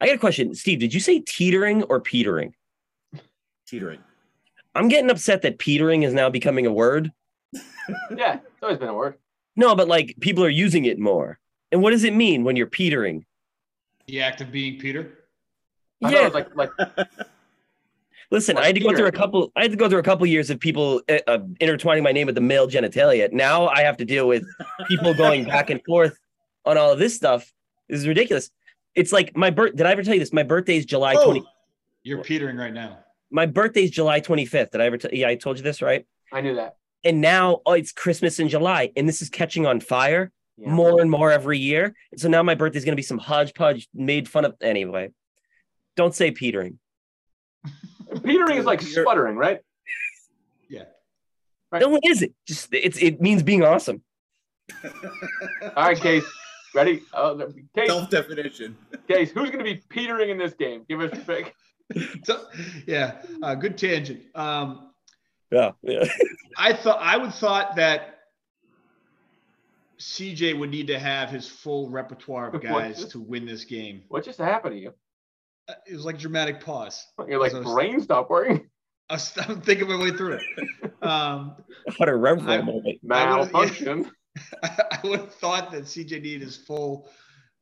D: I got a question, Steve. Did you say teetering or petering?
B: Teetering.
D: I'm getting upset that petering is now becoming a word.
C: Yeah, it's always been a word.
D: No, but like people are using it more. And what does it mean when you're petering?
A: The act of being Peter.
C: I thought it
D: Yeah,
C: was like like
D: Oh, listen, I
C: like
D: had to go through
C: petering.
D: a couple. I had to go through a couple years of people uh, uh, intertwining my name with the male genitalia. Now I have to deal with people going back and forth on all of this stuff. This is ridiculous. It's like my birth. Did I ever tell you this? My birthday is July
B: Oh,
D: twenty.
A: You're petering right now.
D: my birthday's July 25th. Did I ever? T- yeah, I told you this, right?
C: I knew that.
D: And now oh, it's Christmas in July, and this is catching on fire
C: Yeah.
D: more and more every year. So now my birthday's going to be some hodgepodge made fun of. Anyway, don't say petering.
C: Petering is like sputtering, right? Right.
D: No, it isn't. Just it's it means being awesome.
C: All right, Case. Ready? Uh, Case,
B: Self definition.
C: Case, who's gonna be petering in this game? Give us your pick.
A: So, yeah, uh, good tangent. Um,
D: Yeah, yeah.
A: I thought I would thought that CJ would need to have his full repertoire of
C: What?
A: guys to win this game.
C: What just happened to you?
A: Uh, It was like dramatic pause.
C: You're like
A: As I was-
C: brain stop working.
A: I was, I'm thinking my way through it. Um,
D: What a reverend
A: I'm-
D: moment.
A: would've- yeah.
C: Malfunction.
A: I would have thought that CJ needed his full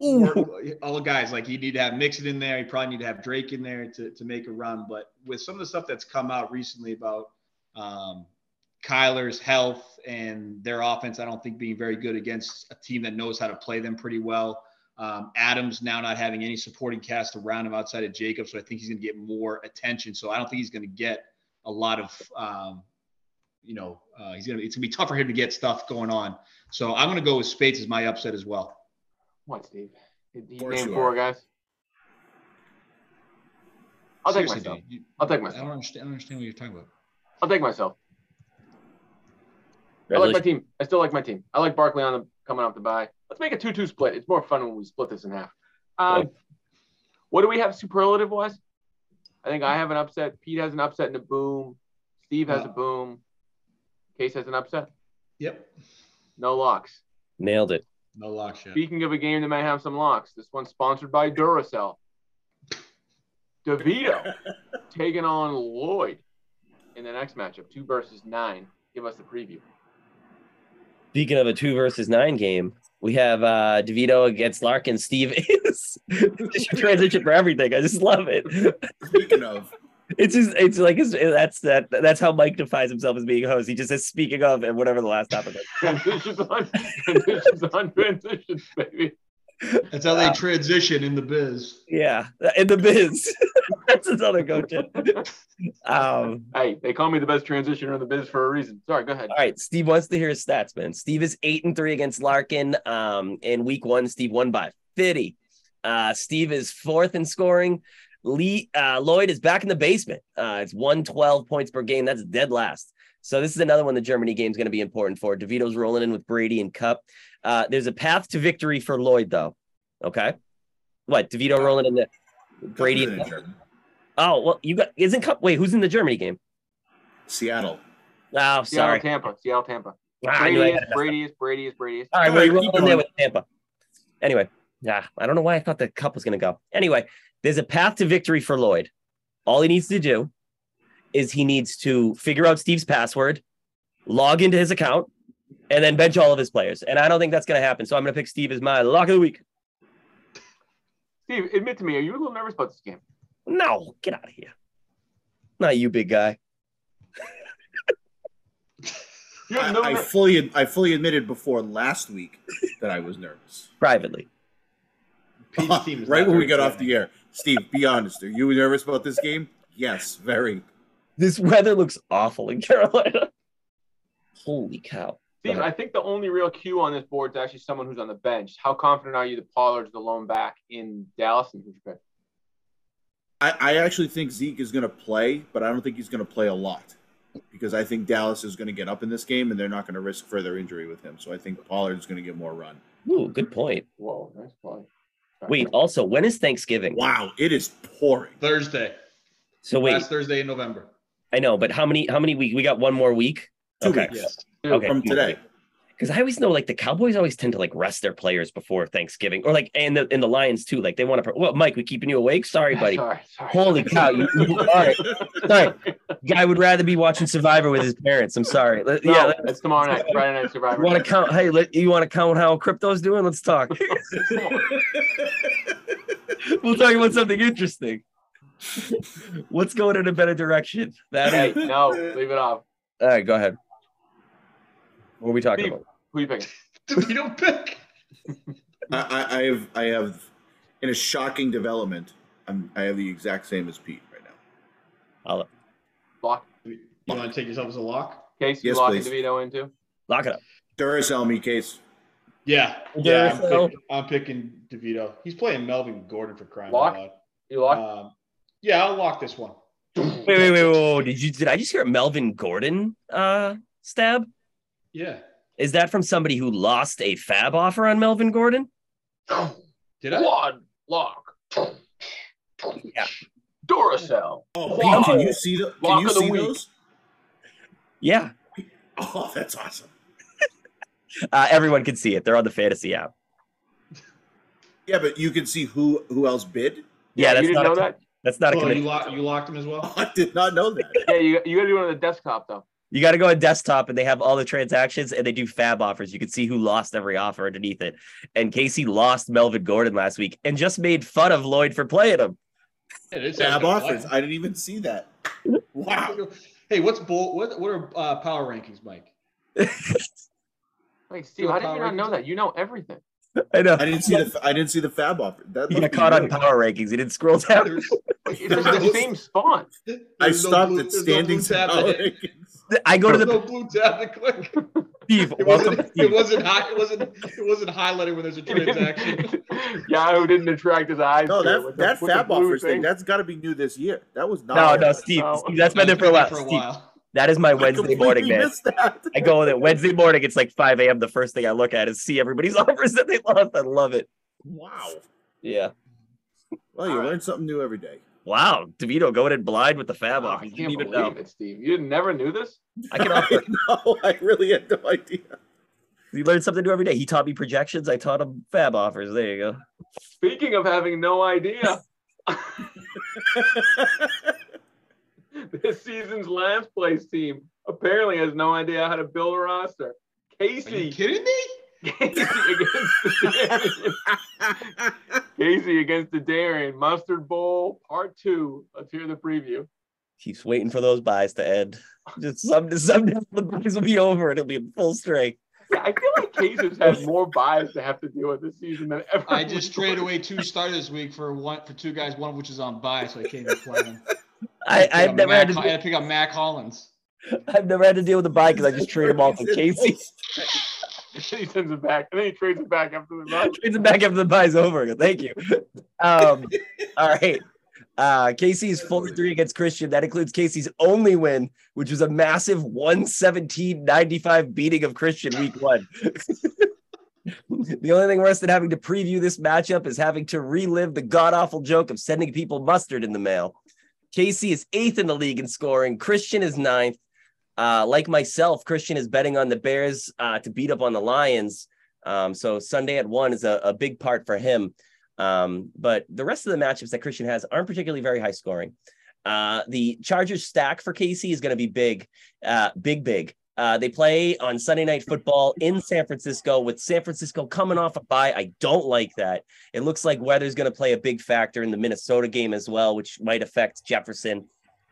D: Ooh.
A: work- all uh, oh, guys. Like you need to have Mixon in there. You probably need to have Drake in there to, to make a run. But with some of the stuff that's come out recently about um, Kyler's health and their offense, I don't think being very good against a team that knows how to play them pretty well. Um, Adams now not having any supporting cast around him outside of Jacob, so I think he's going to get more attention. So I don't think he's going to get a lot of, um, you know, uh, he's going to it's going to be tough for him to get stuff going on. So I'm going to go with Spates as my upset as well.
C: What, Steve? Did you
B: course
C: name
B: you
C: four guys? I'll take
A: Seriously,
C: myself.
A: dude, you-
C: I'll take
A: I don't
C: myself.
A: understand. I don't understand what you're talking about.
C: I'll take myself. I like my
D: Congratulations.
C: team. I still like my team. I like Barkley on the coming off the bye. Let's make a two-two split. It's more fun when we split this in half. Um, what do we have superlative wise? I think I have an upset. Pete has an upset and a boom. Steve has
A: No.
C: a boom. Case has an upset.
A: Yep.
C: No locks.
D: Nailed it.
A: No lock shot.
C: Speaking of a game that may have some locks, this one's sponsored by Duracell. DeVito taking on Lloyd in the next matchup, two versus nine. Give us the preview.
D: Speaking of a two versus nine game, we have uh DeVito against Larkin. Steve is It's your transition for everything. I just love it.
B: Speaking of,
D: It's just it's like it's, that's that that's how Mike defines himself as being a host. He just says speaking of and whatever the last topic is.
C: Transitions on, transitions on, transitions, baby.
A: That's how they transition in the biz.
D: Yeah, in the biz. that's another go-to. Um,
C: Hey, they call me the best transitioner in the biz for a reason. Sorry, go ahead.
D: all right, Steve wants to hear his stats, man. Steve is eight and three against Larkin. Um, in week one, Steve won by 50. Uh, Steve is fourth in scoring. Lee uh, Lloyd is back in the basement. Uh, it's 112 points per game. That's dead last. So this is another one the Germany game is going to be important for. DeVito's rolling in with Brady and Cup. Uh, there's a path to victory for Lloyd, though. Okay. What? DeVito rolling in the Brady.
B: Couple
D: and
B: minutes,
D: Cup?
B: Jordan.
D: Oh, well, you got isn't Cup. Wait, who's in the Germany game?
B: Seattle.
D: Oh,
C: Seattle,
D: sorry.
C: Tampa. Seattle, Tampa.
D: Ah, I knew
C: Brady
D: I had
C: is,
D: it.
C: Brady is, Brady is, Brady is.
D: All right,
B: All right,
D: we're
B: keep
D: rolling there
B: going.
D: with Tampa. Anyway, yeah, I don't know why I thought the cup was going to go. Anyway, there's a path to victory for Lloyd. All he needs to do is he needs to figure out Steve's password, log into his account, and then bench all of his players. And I don't think that's going to happen. So I'm going to pick Steve as my lock of the week.
C: Steve, admit to me, are you a little nervous about this game?
D: No, get out of here. Not you, big guy.
C: You have
B: I,
C: no
B: I
C: ner-
B: fully I fully admitted before last week that I was nervous.
D: Privately,
A: Pete's team is
B: right
A: not
B: when
A: very
B: we got
A: good.
B: off the air. Steve, be honest. Are you nervous about this game? Yes, very.
D: this weather looks awful in Carolina. Holy cow!
C: Steve, I think the only real cue on this board is actually someone who's on the bench. How confident are you that Pollard's the lone back in Dallas and who's your pick?
B: I, I actually think Zeke is going to play, but I don't think he's going to play a lot because I think Dallas is going to get up in this game and they're not going to risk further injury with him. So I think Pollard's going to get more run.
D: Ooh, good point.
C: Whoa, nice play. Sorry.
D: Wait, also, when is Thanksgiving?
B: Wow, it is pouring.
A: Thursday,
D: So wait,
A: last Thursday in November.
D: I know, but how many? How many week? We got one more week.
B: Two
D: okay,
B: weeks
A: Yes.
D: okay.
B: from today.
D: Because I always know, like the Cowboys always tend to like rest their players before Thanksgiving, or like and the and the Lions too. Like they want to. Well, Mike, we keeping you awake? Sorry, buddy.
C: Sorry, sorry.
D: Holy cow! You, you, all right, sorry. Guy would rather be watching Survivor with his parents. I'm sorry. Let-
C: No,
D: yeah,
C: yeah,
D: let-
C: it's tomorrow night, Friday night
D: you
C: Survivor.
D: want to count? Hey, let, you want to count how crypto's doing? Let's talk. we'll talk about something interesting. What's going in a better direction? That
C: Hey,
D: is.
C: no, leave it off.
D: All right, go ahead. What are we talking
C: Steve.
D: about?
C: Who you picking?
A: You don't pick.
B: I, I, I have I have in a shocking development. I'm, I have the exact same as Pete right now.
C: Block.
A: You want to take yourself as a lock?
C: Casey
B: Yes,
C: locking
B: please.
C: DeVito into?
D: Lock it up.
B: Duracell me case.
A: Yeah.
D: Yeah,
A: Yeah. I'm,
D: so-
A: pick- I'm picking DeVito. He's playing Melvin Gordon for crying
C: Lock?
A: out
C: You
A: loud.
C: locked?
A: Um, yeah, I'll lock this one.
D: Wait, wait, wait, wait, wait. Did you did I just hear a Melvin Gordon uh stab?
A: Yeah.
D: Is that from somebody who lost a fab offer on Melvin Gordon?
A: Did I?
C: Quad lock.
D: Uh, Yeah.
C: Duracell.
B: Oh,
C: Wow.
B: Pete, can you see the? Can
C: Lock
B: you
C: of the
B: see
C: week.
B: those?
D: Yeah.
B: Oh, that's awesome.
D: Uh, everyone can see it. They're on the fantasy app.
B: Yeah, but you can see who who else bid.
D: Yeah, that's
C: you didn't
D: not,
C: know
D: a,
C: that?
D: that's not a
A: Oh, you,
D: committee.
A: lock, you locked him as
B: Oh,
A: well?
B: I did not know that.
C: Yeah, you, you got to do it on the desktop, though.
D: You got to go on desktop and they have all the transactions and they do fab offers. You can see who lost every offer underneath it. And Casey lost Melvin Gordon last week and just made fun of Lloyd for playing him.
A: Yeah, it's
B: Tab
A: actually
B: offers.
A: locked.
B: I didn't even see that. Wow.
A: Hey, what's bull? What, what are uh, power rankings, Mike?
C: Like, Steve,
A: Your
C: how did you
A: power
C: not know that? You know everything.
D: I know.
B: I didn't see the I didn't see the fab offer. That
D: He got
B: must be
D: caught on
B: good.
D: power rankings. He didn't scroll down.
A: There's-
C: Like, It's in the same spot.
B: I
A: there's no
B: stopped
A: blue-
B: at
A: there's no
B: standings.
A: blue
B: and
A: tab to
B: power
A: hit.
B: rankings.
D: I go to
A: There's
D: the
A: no blue tab to click.
D: Steve.
A: It
D: Welcome,
A: wasn't,
D: Steve.
A: it wasn't high, it wasn't it wasn't highlighted when there's a transaction.
C: Yahoo didn't attract his eyes. to
B: No,
C: it
B: that
C: with the-
B: that
C: with the
B: fab
C: blue
B: offers thing. That's got to be new this year. That was not.
D: No,
B: there.
D: no, Steve,
C: No.
D: Steve, That's been there for a while. Steve, that is my
B: I
D: Wednesday morning,
B: completely
D: man.
B: missed that.
D: I go with it Wednesday morning. It's like 5 a.m. The first thing I look at is see everybody's offers that they lost. I love it.
B: Wow.
D: Yeah.
B: Well, you
C: All right.
B: learn something new every day.
D: Wow. DeVito going in blind with the fab
C: Oh, I
D: offers.
C: can't
D: You didn't even
C: believe
D: know.
C: it, Steve. You never knew this?
D: I can offer.
B: no, I really had no idea.
D: You learn something new every day. He taught me projections. I taught him fab offers. There you go.
C: Speaking of having no idea, this season's last place team apparently has no idea how to build a roster.
A: Are you
C: Casey.
A: kidding me?
C: Casey against the Darien. Casey against the Darien. Mustard Bowl Part Two. Let's hear the preview.
D: Keeps waiting for those buys to end. Just some someday the buys will be over and it'll be in full strength.
C: Yeah, I feel like Casey's had more buys to have to deal with this season than ever.
A: I just traded away two starters this week for one for two guys, one of which is on bye, so I can't even play him.
D: I,
A: picked
D: I've
A: up
D: never
A: Mac,
D: had to
A: I
D: deal,
A: had to pick up Mac Hollins.
D: I've never had to deal with a buy because I just trade them all to Casey.
C: he sends it back, and then he trades it back after the run.
D: Trades it back after the bye's over. I go, Thank you. Um, all right. Uh, Casey's four to three against Christian. That includes Casey's only win, which was a massive 117 95 beating of Christian week one. the only thing worse than having to preview this matchup is having to relive the god awful joke of sending people mustard in the mail. Casey is eighth in the league in scoring, Christian is ninth. Uh, like myself, Christian is betting on the Bears uh, to beat up on the Lions. Um, so Sunday at one is a, a big part for him. Um, but the rest of the matchups that Christian has aren't particularly very high scoring. Uh, the Chargers stack for Casey is going to be big, uh, big, big. Uh, they play on Sunday Night Football in San Francisco with San Francisco coming off a bye. I don't like that. It looks like weather's going to play a big factor in the Minnesota game as well, which might affect Jefferson.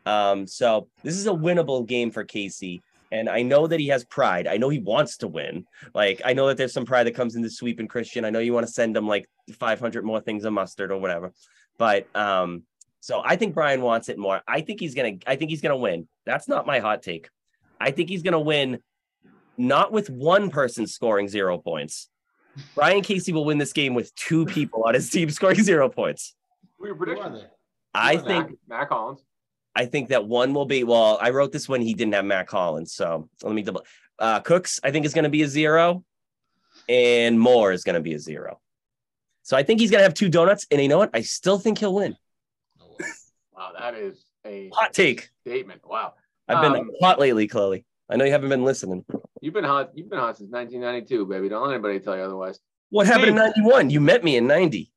D: Um, so this is a winnable game for Casey. And I know that he has pride. I know he wants to win. Like I know that there's some pride that comes into sweeping Christian. I know you want to send him like 500 more things of mustard or whatever, but um, so I think Brian wants it more. I think he's gonna. I think he's gonna win. That's not my hot take. I think he's gonna win, not with one person scoring zero points. Brian Casey will win this game with two people on his team scoring zero points.
C: What are your
A: Who are
C: predictions?
A: they?
D: I
A: Mac.
D: think.
C: Matt Collins.
D: I think that one will be. Well, I wrote this when he didn't have Matt Collins, so let me double. Uh, Cooks, I think is going to be a zero, and Moore is going to be a zero. So I think he's going to have two donuts, and you know what? I still think he'll win.
A: Oh, well.
C: Wow, that is a
D: Hot take.
C: statement. Wow,
D: I've been
C: Um,
D: hot lately, Chloe. I know you haven't been listening.
C: you've been hot. You've been hot since 1992, baby. Don't let anybody tell you otherwise.
D: What happened in
C: Steve.
D: '91? You met me in '90.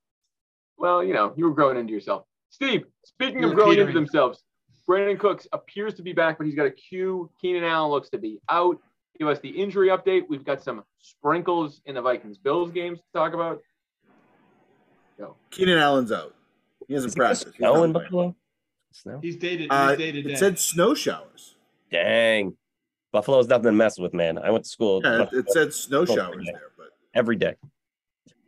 C: Well, you know, you were growing into yourself. Steve, speaking
A: You
C: of
A: were
C: growing into
A: teetering.
C: themselves, Brandon Cooks appears to be back, but he's got a Q. Keenan Allen looks to be out. Give us the injury update. We've got some sprinkles in the Vikings Bills games to talk about.
B: Keenan Allen's out. He hasn't practiced. He's not
D: Snow in
B: playing.
D: Buffalo. Snow.
A: He's dated.
B: Uh,
A: he's dated.
B: it said snow showers.
D: Dang. Buffalo's nothing to mess with, man. I went to school
B: Yeah, it, it said snow
D: Buffalo.
B: showers there, but
D: every day.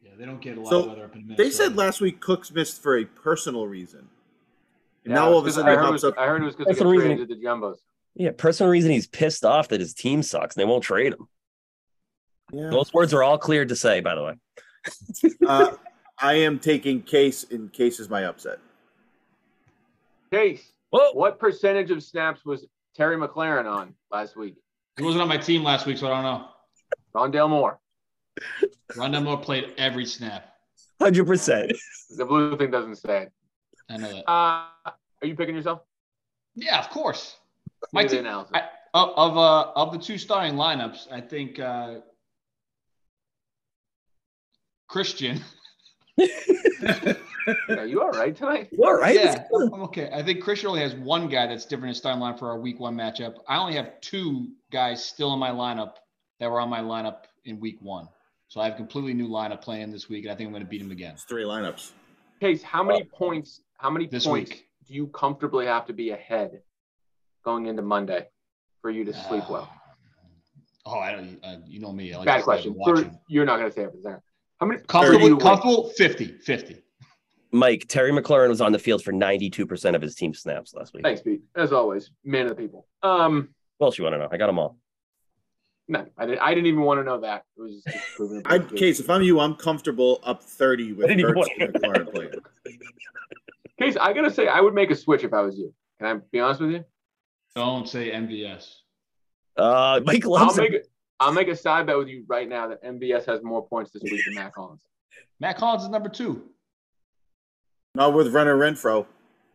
A: yeah, they don't get a lot
B: So,
A: of weather up in Minnesota.
B: they said last week Cooks missed for a personal reason. And
C: Yeah,
B: now all of a
C: 'cause
B: sudden
C: I
B: it
C: heard, it
B: pops
C: was,
B: up.
C: I heard it was because
D: That's
C: they
D: the
C: got
D: reason
C: traded to the Jumbos.
D: Yeah, personal reason he's pissed off that his team sucks and they won't trade him.
B: Yeah.
D: Those words are all cleared to say, by the way.
B: Uh, I am taking Case, and Case is my upset.
C: Case,
D: Whoa.
C: what percentage of snaps was Terry McLaren on last week?
A: he wasn't on my team last week, so I don't know.
C: Rondell Moore.
A: Rondell Moore played every snap.
D: Hundred percent.
C: The blue thing doesn't say it.
A: I know that.
C: Uh, are you picking yourself?
A: Yeah, of course. My
C: Give me
A: team-
C: the analysis.
A: I- Of of, uh, of the two starting lineups, I think uh, Christian.
C: Are you all right tonight?
D: You all right?
A: Yeah, I'm I'm okay. I think Christian only has one guy that's different in his timeline for our week one matchup. I only have two guys still in my lineup that were on my lineup in week one. So I have a completely new lineup playing this week, and I think I'm going to beat him again
B: It's three lineups.
C: Case, how many points? How many
A: Uh, this
C: points
A: week.
C: do you comfortably have to be ahead going into Monday for you to sleep well?
A: Uh, oh, I don't. Uh, you know me. I like
C: Bad
A: to
C: question.
A: watch
C: Thir-
A: him.
C: you're not going to say it for there. How many
A: Comfortable,
C: do you win?
A: comfortable 50, 50.
D: Mike Terry McLaurin was on the field for ninety-two percent of his team snaps last week.
C: Thanks, Pete. As always, man of the people. Um,
D: What else you want to know? I got them all.
C: no, I didn't. I didn't even want to know that. It was just proving. a
B: I,
C: point.
B: Case, if I'm you, I'm comfortable up 30 with
D: I didn't even
B: Hurts
D: want-
B: and McLaurin playing.
C: Case, I gotta say, I would make a switch if I was you. Can I be honest with you?
A: Don't say MVS.
D: Uh, Mike
C: I'll
D: loves
C: make. a- I'll make a side bet with you right now that MVS has more points this week than Matt Collins.
A: Matt Collins is number two.
B: Not with Runner Renfro.
C: Do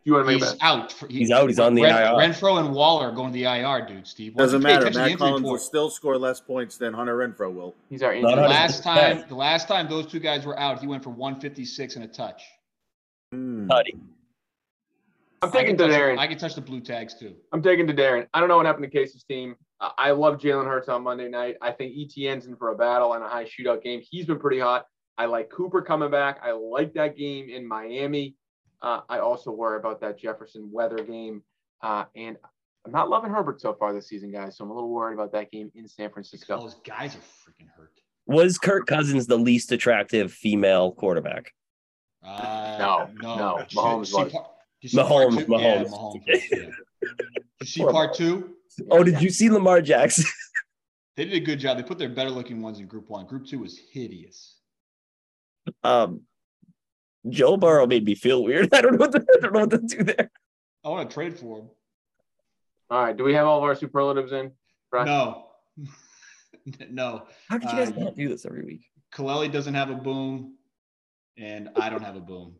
C: you want to make a
A: He's
C: bet?
A: out. For,
D: He's out. He's on the IR.
A: Renfro and Waller are going to the IR, dude. Steve Why
B: Doesn't
A: don't you pay
B: matter.
A: attention to the
B: Matt
A: injury
B: Collins will
A: report?
B: still score less points than Hunter Renfro will.
C: He's our
A: The
D: Not
C: injury.
D: hundred-
A: last time, the last time those two guys were out, he went for 156 and a touch.
B: Hmm.
D: Putty.
C: I'm
A: I
C: taking
A: can touch,
C: Darren.
A: I can touch the blue tags too.
C: I'm taking to Darren. I don't know what happened to Casey's team. Uh, I love Jalen Hurts on Monday night. I think ETN's in for a battle and a high shootout game. He's been pretty hot. I like Cooper coming back. I like that game in Miami. Uh, I also worry about that Jefferson weather game. Uh, and I'm not loving Herbert so far this season, guys. So I'm a little worried about that game in San Francisco.
A: All those guys are freaking hurt.
D: Was Kirk Cousins the least attractive female quarterback?
A: Uh,
C: No, no,
A: Did
C: Mahomes
A: you see
C: was.
A: par- did you see
D: Mahomes,
A: part two? Yeah,
D: Mahomes.
A: Mahomes was, yeah. Did you see part two?
D: Oh, did you see Lamar Jackson?
A: They did a good job. They put their better looking ones in group one. Group two was hideous.
D: Um, Joe Burrow made me feel weird. I don't know what to, I don't know what to do there.
A: I want to trade for him.
C: All right. Do we have all of our superlatives in? Right.
A: No. no.
D: How did you guys
A: Uh,
D: not do this every week?
A: Kaleli doesn't have a boom, and I don't have a boom.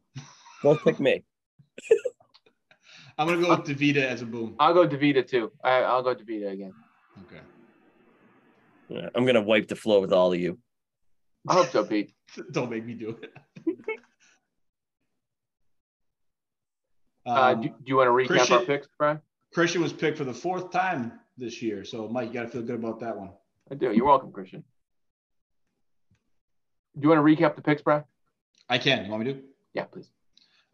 D: Don't pick me.
A: I'm going to go with Davita as a boom.
C: I'll go Davita too. I, I'll go Davita again.
A: Okay.
D: Yeah, I'm gonna wipe the floor with all of you.
C: I hope so, Pete.
A: Don't make me do it.
C: Uh,
A: Um,
C: do, do you want to recap our
A: Christian-
C: picks, Brian?
A: Um, Christian was picked for the fourth time this year. So, Mike, you got to feel good about that one.
C: I do. You're welcome, Christian. Do you want to recap the picks, Brian?
A: I can. You want me to?
C: Yeah, please.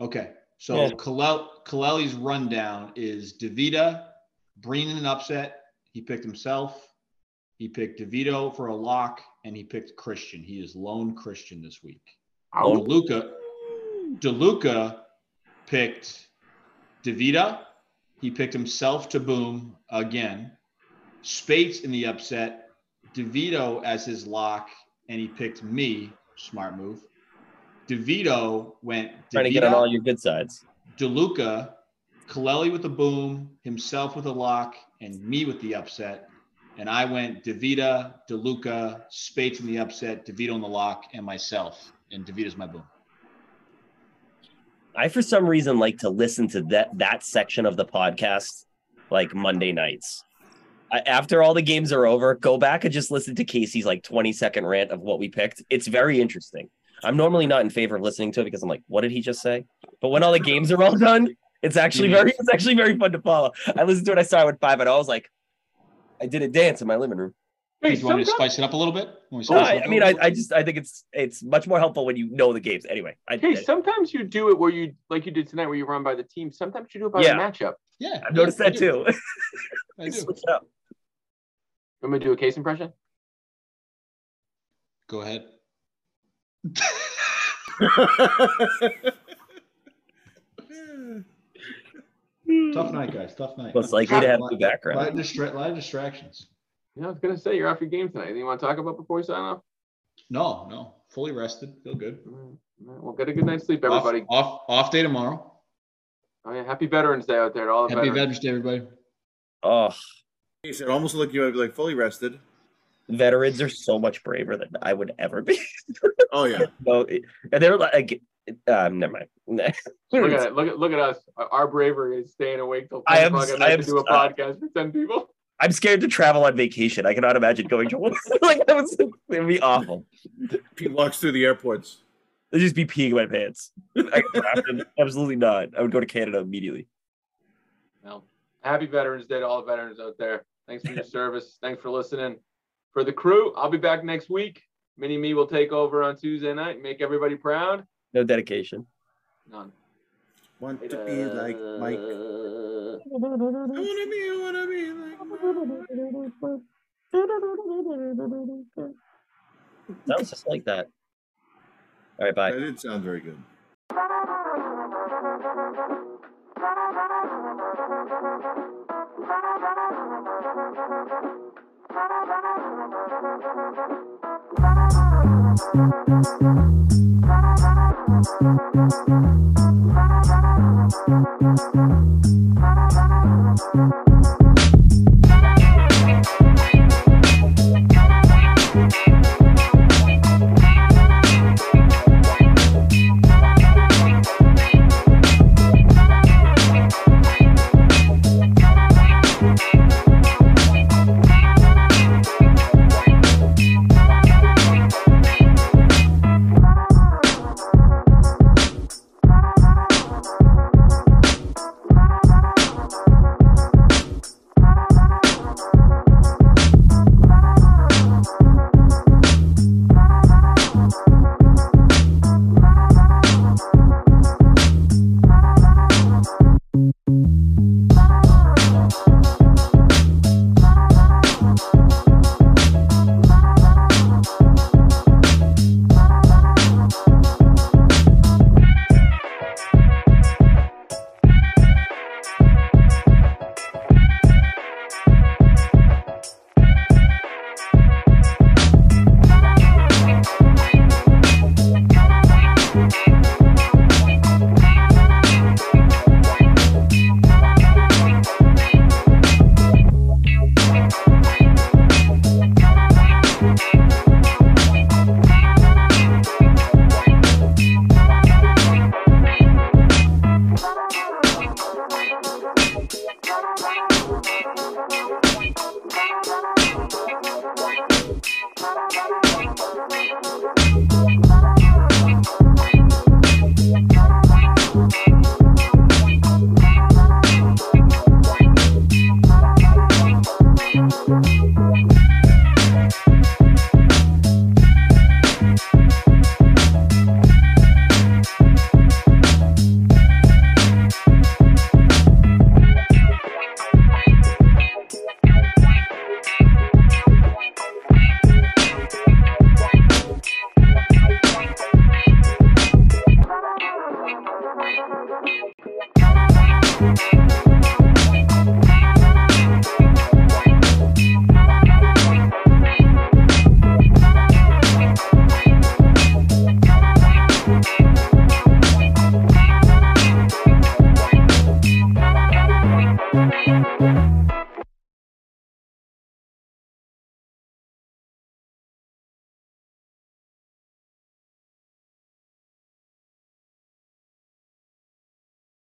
A: Okay. So
D: Yeah.
A: Kalel, Kaleli's rundown is Davita, Breen in an upset. He picked himself. He picked DeVito for a lock, and he picked Christian. He is lone Christian this week.
D: Oh.
A: DeLuca, DeLuca picked DeVita. He picked himself to boom again. Spates in the upset. DeVito as his lock, and he picked me. Smart move. DeVito went
D: Trying to get on
A: DeVita,
D: all your good sides.
A: DeLuca, Kaleli with the boom, himself with a lock, and me with the upset. And I went DeVita, DeLuca, Spates in the upset, DeVito on the lock, and myself. And DeVita's my boom.
D: I for some reason like to listen to that that section of the podcast like Monday nights. I, after all the games are over, go back and just listen to Casey's like 20 second rant of what we picked. It's very interesting. I'm normally not in favor of listening to it because I'm like, what did he just say? But when all the games are all done, it's
A: Mm-hmm.
D: actually very it's actually very fun to follow. I listened to it. I started with five, and I was like, I did a dance in my living room.
A: Hey, you want me to spice it up a little bit? Want me to
D: So
A: spice it
D: I,
A: up
D: I
A: a
D: mean, I,
A: little
D: I
A: bit?
D: just I think it's it's much more helpful when you know the games. Anyway, I,
C: Hey,
D: I
C: sometimes you do it where you like you did tonight, where you run by the team. Sometimes you do it by
D: Yeah.
C: the matchup.
A: yeah,
D: I've noticed
A: yeah, I
D: that
A: do.
D: too.
A: I do.
D: Switch it up.
C: I'm gonna do a case impression.
A: Go ahead. tough night, guys. Tough night.
D: Most likely to have
A: Lot-
D: the background.
A: Lot of, distra- lot of distractions.
C: You know, I was gonna say you're off your game tonight. Anything you want to talk about before we sign off?
A: No, no. Fully rested. Feel good.
C: All right. All right. mm, Well, get a good night's sleep, everybody.
A: Off, off, off day tomorrow.
C: Oh, yeah. Happy Veterans Day out there to all the
A: Happy
C: veterans.
A: Veterans Day, everybody.
D: Oh,
B: He said, almost looked you like fully rested.
D: veterans are so much braver than I would ever be.
B: Oh yeah.
D: No, it- and they're like, um, never mind.
C: Look at it. Look at look at us. Our- Our bravery is staying awake till
D: I
C: 10
D: am-
C: o'clock at
D: I
C: night
D: am-
C: to do a
D: uh,
C: podcast for ten people.
D: I'm scared to travel on vacation. I cannot imagine going to one. like that was it'd be awful.
B: Pete walks through the airports.
D: I'd just be peeing my pants. I could travel. Absolutely not. I would go to Canada immediately.
C: Well, happy Veterans Day to all the veterans out there. Thanks for your service. Thanks for listening. For the crew, I'll be back next week. Mini Me will take over on Tuesday night. Make everybody proud.
D: No dedication.
C: None.
B: Want to be like Mike.
C: Uh,
B: I wanna be, I wanna be like Mike.
D: Sounds just like that. All right, bye.
B: That didn't sound very good.